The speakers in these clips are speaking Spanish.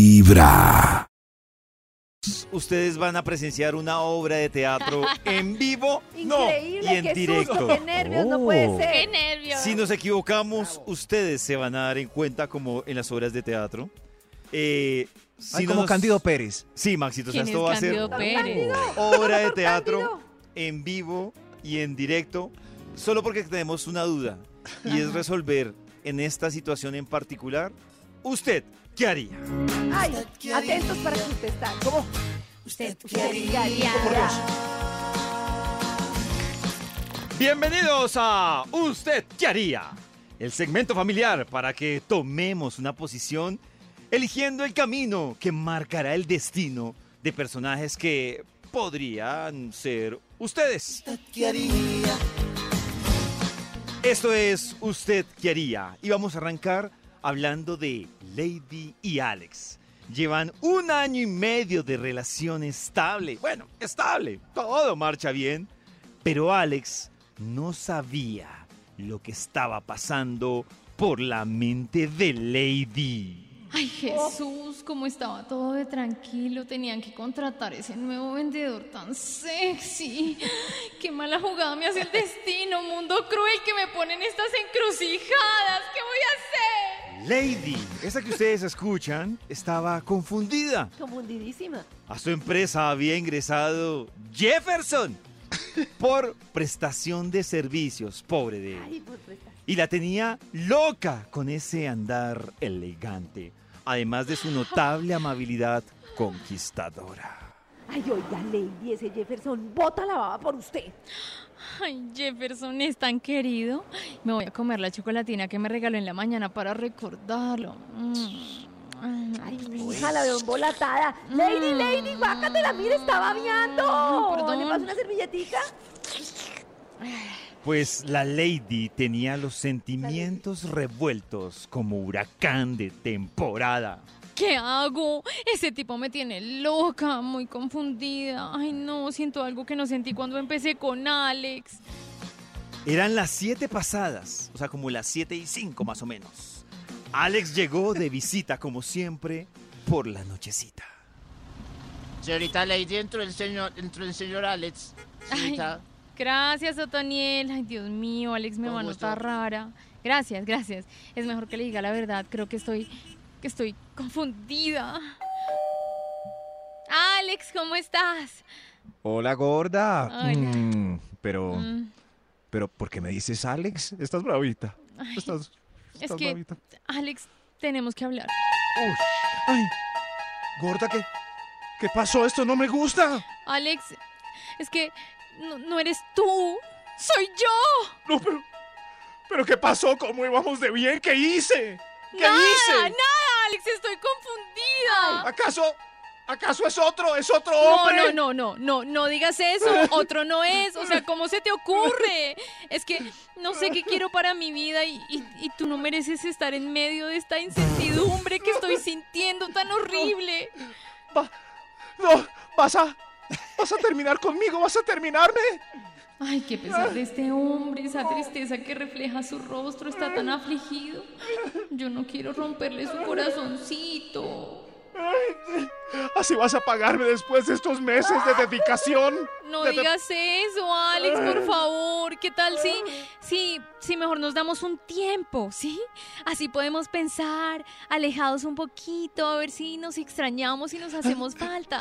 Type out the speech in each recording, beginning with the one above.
Vibra. Ustedes van a presenciar una obra de teatro en vivo no, y Increíble, en qué susto, directo. qué nervios, no puede ¡Qué ser. nervios! Si nos equivocamos, ustedes se van a dar en cuenta como en las obras de teatro. Eh, si Ay, no como nos- Candido Pérez. Sí, Maxito, o sea, ¿Quién esto es va a ser Cándido Pérez? obra de Doctor teatro Cándido. en vivo y en directo, solo porque tenemos una duda y es resolver en esta situación en particular, ¿usted qué haría? Ay, atentos para contestar. ¿Cómo? Usted qué haría? Bienvenidos a Usted qué haría, el segmento familiar para que tomemos una posición eligiendo el camino que marcará el destino de personajes que podrían ser ustedes. Esto es Usted qué haría y vamos a arrancar hablando de Lady y Alex. Llevan un año y medio de relación estable. Bueno, estable. Todo marcha bien. Pero Alex no sabía lo que estaba pasando por la mente de Lady. ¡Ay, Jesús! Como estaba todo de tranquilo, tenían que contratar ese nuevo vendedor tan sexy. ¡Qué mala jugada me hace el destino! ¡Mundo cruel que me ponen estas encrucijadas! ¿Qué voy a hacer? Lady, esa que ustedes escuchan, estaba confundida. Confundidísima. A su empresa había ingresado Jefferson por prestación de servicios, pobre de él. Ay, pues, pues, Y la tenía loca con ese andar elegante, además de su notable amabilidad conquistadora. Ay, oiga, Lady, ese Jefferson, bota la baba por usted. ¡Ay, Jefferson es tan querido! Me voy a comer la chocolatina que me regaló en la mañana para recordarlo. Mm. Ay, mi hija, la veo embolatada. Lady, Lady, guácatela, mire, está babeando. Ay, perdón. ¿Le pasa una servilletica? Pues la Lady tenía los sentimientos revueltos como huracán de temporada. ¿Qué hago? Ese tipo me tiene loca, muy confundida. Ay, no, siento algo que no sentí cuando empecé con Alex. Eran las 7 pasadas, o sea, como las 7 y 5 más o menos. Alex llegó de visita, como siempre, por la nochecita. Señorita Lady, entró el señor, entró el señor Alex. Señorita, Gracias, Otoniel. Ay, Dios mío, Alex me Con va a gusto. notar rara. Gracias, gracias. Es mejor que le diga la verdad. Creo que estoy, que estoy confundida. Alex, ¿cómo estás? Hola, gorda. Hola. Mm, pero, Oh. Mm, pero, ¿por qué me dices Alex? Estás bravita. ay, Estás, es estás que, bravita. Alex, tenemos que hablar. Ush. Ay, gorda, ¿qué, ¿qué pasó? Esto no me gusta. Alex, es que no, no eres tú, soy yo. No, pero, pero ¿qué pasó? ¿Cómo íbamos de bien? ¿Qué hice? ¿Qué nada, hice? nada, Alex, estoy confundida. ¿Acaso, acaso es otro? ¿Es otro No, hombre? no, no, no, no, no digas eso. Otro no es. O sea, ¿cómo se te ocurre? Es que no sé qué quiero para mi vida y, y- y tú no mereces estar en medio de esta incertidumbre que estoy sintiendo tan horrible. Va- no, vas a, vas a terminar conmigo, vas a terminarme. Ay, qué pesar de este hombre, esa tristeza que refleja su rostro, está tan afligido. Yo no quiero romperle su corazoncito. Así vas a pagarme después de estos meses de dedicación. No De- de- digas eso, Alex, por favor. ¿Qué tal si, si, si mejor nos damos un tiempo, sí? Así podemos pensar, alejados un poquito, a ver si nos extrañamos y nos hacemos falta.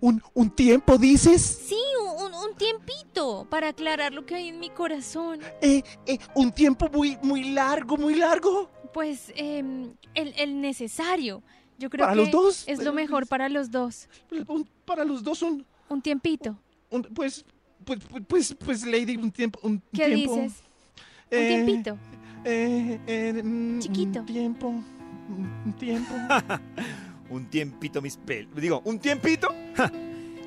¿Un, un tiempo dices? Sí, un, un- un tiempito para aclarar lo que hay en mi corazón. Eh, eh, ¿Un tiempo muy, muy largo, muy largo? Pues em, el, el necesario. Yo creo ¿Para que los dos? es lo mejor para los dos. Un- para los dos un... Un tiempito. un- pues, pues, pues, pues, pues, Lady, un tiempo... Un ¿Qué tiempo, dices? Un eh, tiempito. eh, eh, mm, Chiquito. Un tiempo. un- Un tiempo. Un tiempito, mis pel... Digo, un tiempito. Ja.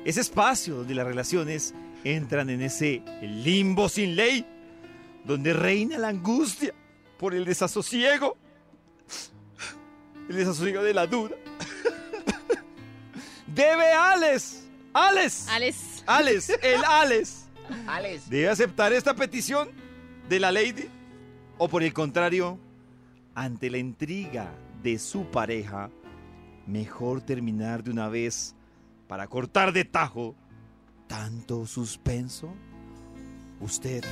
Ese espacio donde las relaciones entran en ese limbo sin ley, donde reina la angustia por el desasosiego. El desasosiego de la duda. Debe Alex. Alex. Alex. Alex, el Alex. Alex. ¿Debe aceptar esta petición de la Lady? ¿O por el contrario, ante la intriga de su pareja, Mejor terminar de una vez para cortar de tajo tanto suspenso. ¿Usted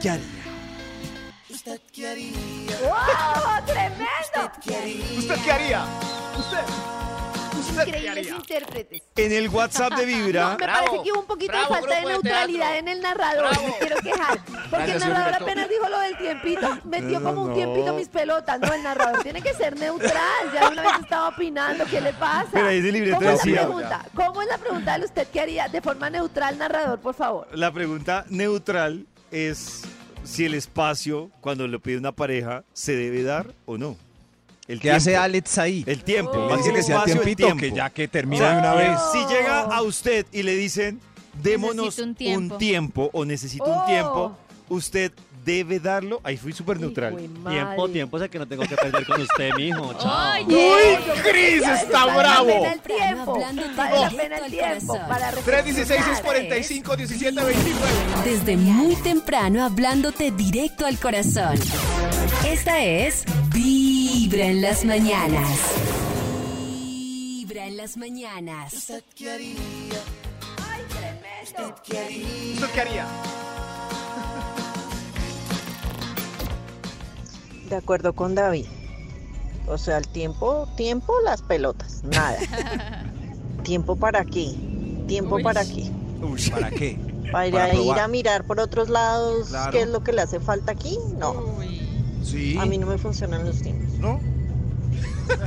qué haría? ¿Usted qué haría? ¡Wow! ¡Oh, ¡Tremendo! ¿Usted qué haría? ¿Usted? ¿Usted qué Increíbles haría? intérpretes. En el WhatsApp de Vibra, No, me Bravo, parece que hubo un poquito bravo, de falta de grupo de neutralidad teatro. en el narrador. Bravo. Me quiero quejar. Porque el Gracias, narrador Humberto. apenas dijo lo del tiempito. Metió No, como un no. tiempito mis pelotas. No, el narrador tiene que ser neutral. Ya una vez estaba opinando. ¿Qué le pasa? Pero ahí es de libreto ¿Cómo es la decía. pregunta? ¿Cómo es la pregunta del usted qué haría? De forma neutral, narrador, por favor. la pregunta neutral es si el espacio, cuando lo pide una pareja, se debe dar o no. El ¿Qué hace tiempo. Alex ahí? El tiempo. Oh. más Más que le sea espacio, el tiempito, que tiempo. ya que termina de una Oh. vez. Si llega a usted y le dicen, démonos Necesito un un tiempo, tiempo". o necesito Oh. un tiempo, usted debe darlo. Ahí fui súper neutral. Hijo de madre. Tiempo, tiempo, sé que no tengo que perder con usted, mijo. Chao. ¡Ay! Uy, Chris está bravo. Vale la pena el tiempo. Vale la pena el tiempo. Para 316-645-1729. 1729 Desde muy temprano hablándote directo al corazón. Esta es Vibra en las mañanas. Vibra en las mañanas. ¿Usted qué haría? reflexionar. ¿Qué haría? ¿Usted qué haría? De acuerdo con David. O sea, el tiempo, tiempo, las pelotas, nada. ¿Tiempo para qué? ¿Tiempo para qué? Uy, ¿Para qué? ¿Para, Para ir probar. a mirar por otros lados Claro. qué es lo que le hace falta aquí? No, Sí. a mí no me funcionan los tiempos. ¿No?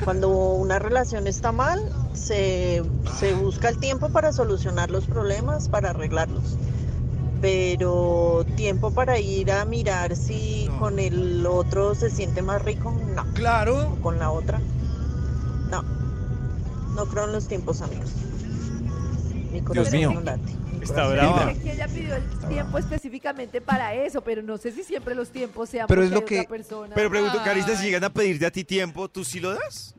Cuando una relación está mal, se, se busca el tiempo para solucionar los problemas, para arreglarlos. Pero tiempo para ir a mirar si No. con el otro se siente más rico, no. Claro. con la otra. No, no creo en los tiempos, amigos. Mi corazón mío. no late. Mi Está corazón brava. no Es que ella pidió el tiempo específicamente para eso, pero no sé si siempre los tiempos sean Pero porque es lo hay otra que- persona. Pero pregunto, Carita, si Ay. llegan a pedirte a ti tiempo, ¿tú sí lo das?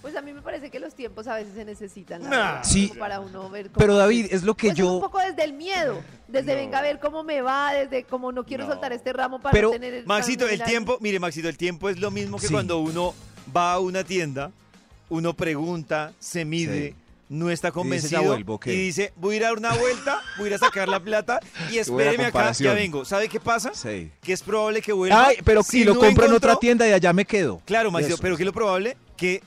Pues a mí me parece que los tiempos a veces se necesitan. la Nah. verdad, Sí. como Para uno ver cómo- Pero David, es lo que Pues es un yo... poco desde el miedo, desde venga a ver cómo me va, desde como no quiero No. soltar este ramo para Pero, no tener... para Maxito, no el mirar- tiempo, mire, Maxito, el tiempo es lo mismo que Sí. cuando uno va a una tienda, uno pregunta, se mide. Sí. No está convencido vuelvo, ¿qué? y dice, voy a ir a dar una vuelta, voy a ir a sacar la plata y buena espéreme acá, ya comparación. vengo. ¿sabe qué pasa? Sí. Que es probable que vuelva. Ay, pero si lo no compro en otra encontró, tienda y allá me quedo. Claro, Maxito, Eso. pero que lo probable que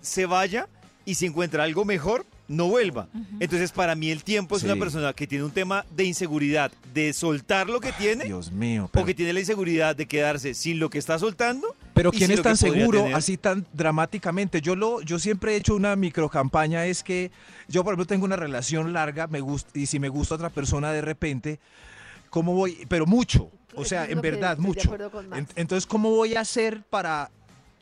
se vaya y si encuentra algo mejor, no vuelva. Entonces, para mí el tiempo es Sí. una persona que tiene un tema de inseguridad, de soltar lo que tiene Dios mío, o pero, que tiene la inseguridad de quedarse sin lo que está soltando. pero y ¿quién si es lo que tan podría seguro tener- así tan dramáticamente? Yo lo, yo siempre he hecho una microcampaña, es que yo por ejemplo tengo una relación larga, me gusta, y si me gusta otra persona de repente, ¿cómo voy? Pero mucho, o Eso sea, es en lo que verdad, estoy de mucho. acuerdo con Max. En- entonces, ¿cómo voy a hacer para,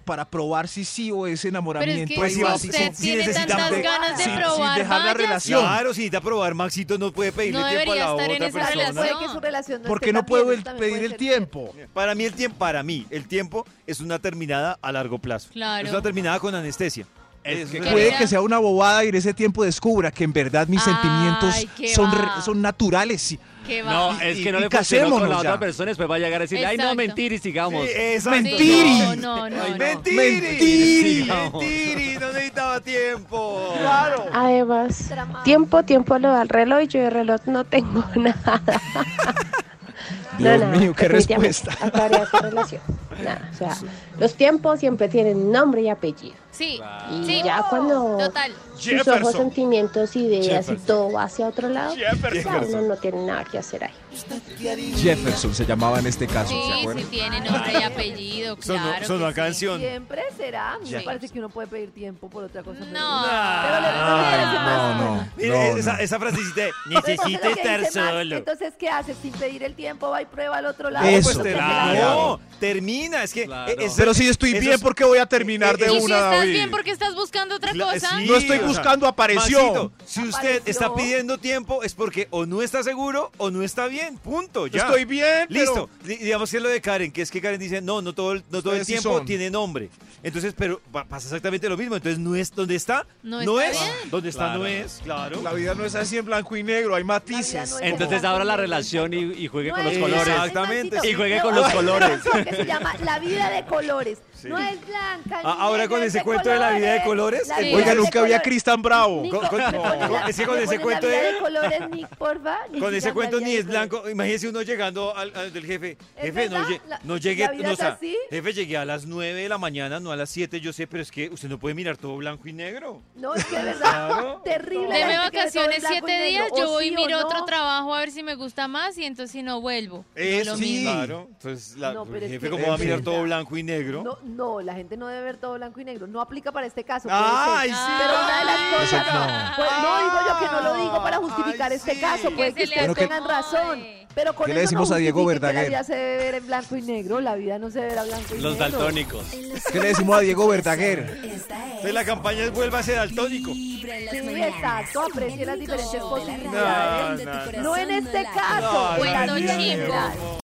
para probar si sí o ese Pero es enamoramiento que ahí si va, sí, usted sí tiene necesitamos tantas de- ganas de sin- sin probar, dejar la vaya, relación. Claro, si necesita probar, Maxito no puede pedirle No tiempo a la debería estar en otra esa Claro, persona. relación. puede que su relación no ¿Por qué esté no tan bien, puedo eso el- también pedir puede el ser tiempo? Para mí el tiempo, para mí, el tiempo es una terminada a largo plazo. Claro. Es una terminada con anestesia. Es que Eso Pero puede mira- que sea una bobada y en ese tiempo descubra que en verdad mis Ay, qué sentimientos son, re- va. son naturales. sí. que va. No, eh. Y- es y- que no y le funcionó con la casémonos otra ya. persona, después va a llegar a decir, ay, no, Exacto. mentir y sigamos. exacto. Mentiri. No, no, no, no. Mentiri. Mentiri, no necesitaba tiempo. Además, Tramado. tiempo, tiempo lo da el reloj y yo de reloj no tengo nada. Dios No, no, mío, qué definitivamente, respuesta. acabaría esa relación. Nada, o sea, los tiempos siempre tienen nombre y apellido. Sí, Y sí, ya cuando total. sus ojos, sentimientos, ideas y todo va hacia otro lado, ya Jefferson. uno no tiene nada que hacer ahí. Jefferson se llamaba en este caso, ¿se Sí, sí acuerdan? tiene nombre y apellido, Sonó- claro. sonó que a canción. Siempre será. A mí me Sí. parece que uno puede pedir tiempo por otra cosa. No. pero- Pero le- no le parece No, más- no, Ah. Mire, no, esa, no. esa frasecita de, Entonces, necesito lo que estar dice Max, solo. Entonces, ¿qué haces? Sin pedir el tiempo, va y prueba al otro lado. Eso, Porque Pues, se claro. la- No, termina. Es que. Claro. eh, es- Pero si estoy eso bien, es- ¿por qué voy a terminar de eh, Y si una, estás David? bien porque estás buscando otra Cla- cosa. sí, No estoy o sea, buscando, apareció. Maxito, si usted Apareció. está pidiendo tiempo es porque o no está seguro o no está bien. Punto. Yo Ya. Estoy bien, pero- Listo. Di- Digamos que es lo de Karen, que es que Karen dice, no, no todo el, no todo el Ustedes sí tiempo son. tiene nombre. Entonces, pero pa- pasa exactamente lo mismo. Entonces, no es donde está, no, No es. está Donde está, no Claro. es. Claro. La vida no es así en blanco y negro, hay La vida matices. no es Entonces blanco abra la negro, relación y, y juegue No con los es Exacto. colores. blanco y negro, Exactamente. Maxito. Y juegue con Luego los hay una colores. canción que se llama La vida de colores. Sí. No es blanca. Ah, ni ahora negra, con es ese cuento de la vida de colores, La el- vida Oiga, es de nunca había colores. Cristian Bravo. Nico, Con- con- me pones la- es que con me ese pones cuento la vida de- de colores, Nick, porfa. ni Con ese siquiera cuento hablaría ni de es blanco. Imagínese uno llegando al, al del jefe. ¿Es Jefe, no, verdad? lle- La- no llegué. la vida no, es así. jefe, llegué a las 9 de la mañana, no a las 7. Yo sé, pero es que usted no puede mirar todo blanco y negro. No, es que de verdad, Claro. terrible. la gente que Deme ve todo en vacaciones blanco y siete negro, días, o yo voy y sí o miro no. otro trabajo a ver si me gusta más y entonces si no vuelvo. Eso lo sí. mismo. Claro. Entonces, la- No, pero el es jefe, que- ¿cómo va a Sí. mirar todo blanco y negro? No, no, la gente no debe ver todo blanco y negro. No aplica para este caso. puede ¡Ay, ser. sí! Pero una de las Eso cosas. no. pues, no digo yo que no lo digo para justificar este caso. Puede Que que se le acomode. ustedes tengan razón. Pero con ¿Qué eso le decimos no a Diego justifique que La Verdaguer? vida se debe ver en blanco y negro. La vida no se verá blanco y Los negro. daltónicos. ¿Qué le decimos a Diego Verdaguer? Entonces, la campaña es vuelva a ser daltónico. Sí, exacto. Aprecie las diferentes posibilidades. no, No en este caso. No, en la no, vida no. en general.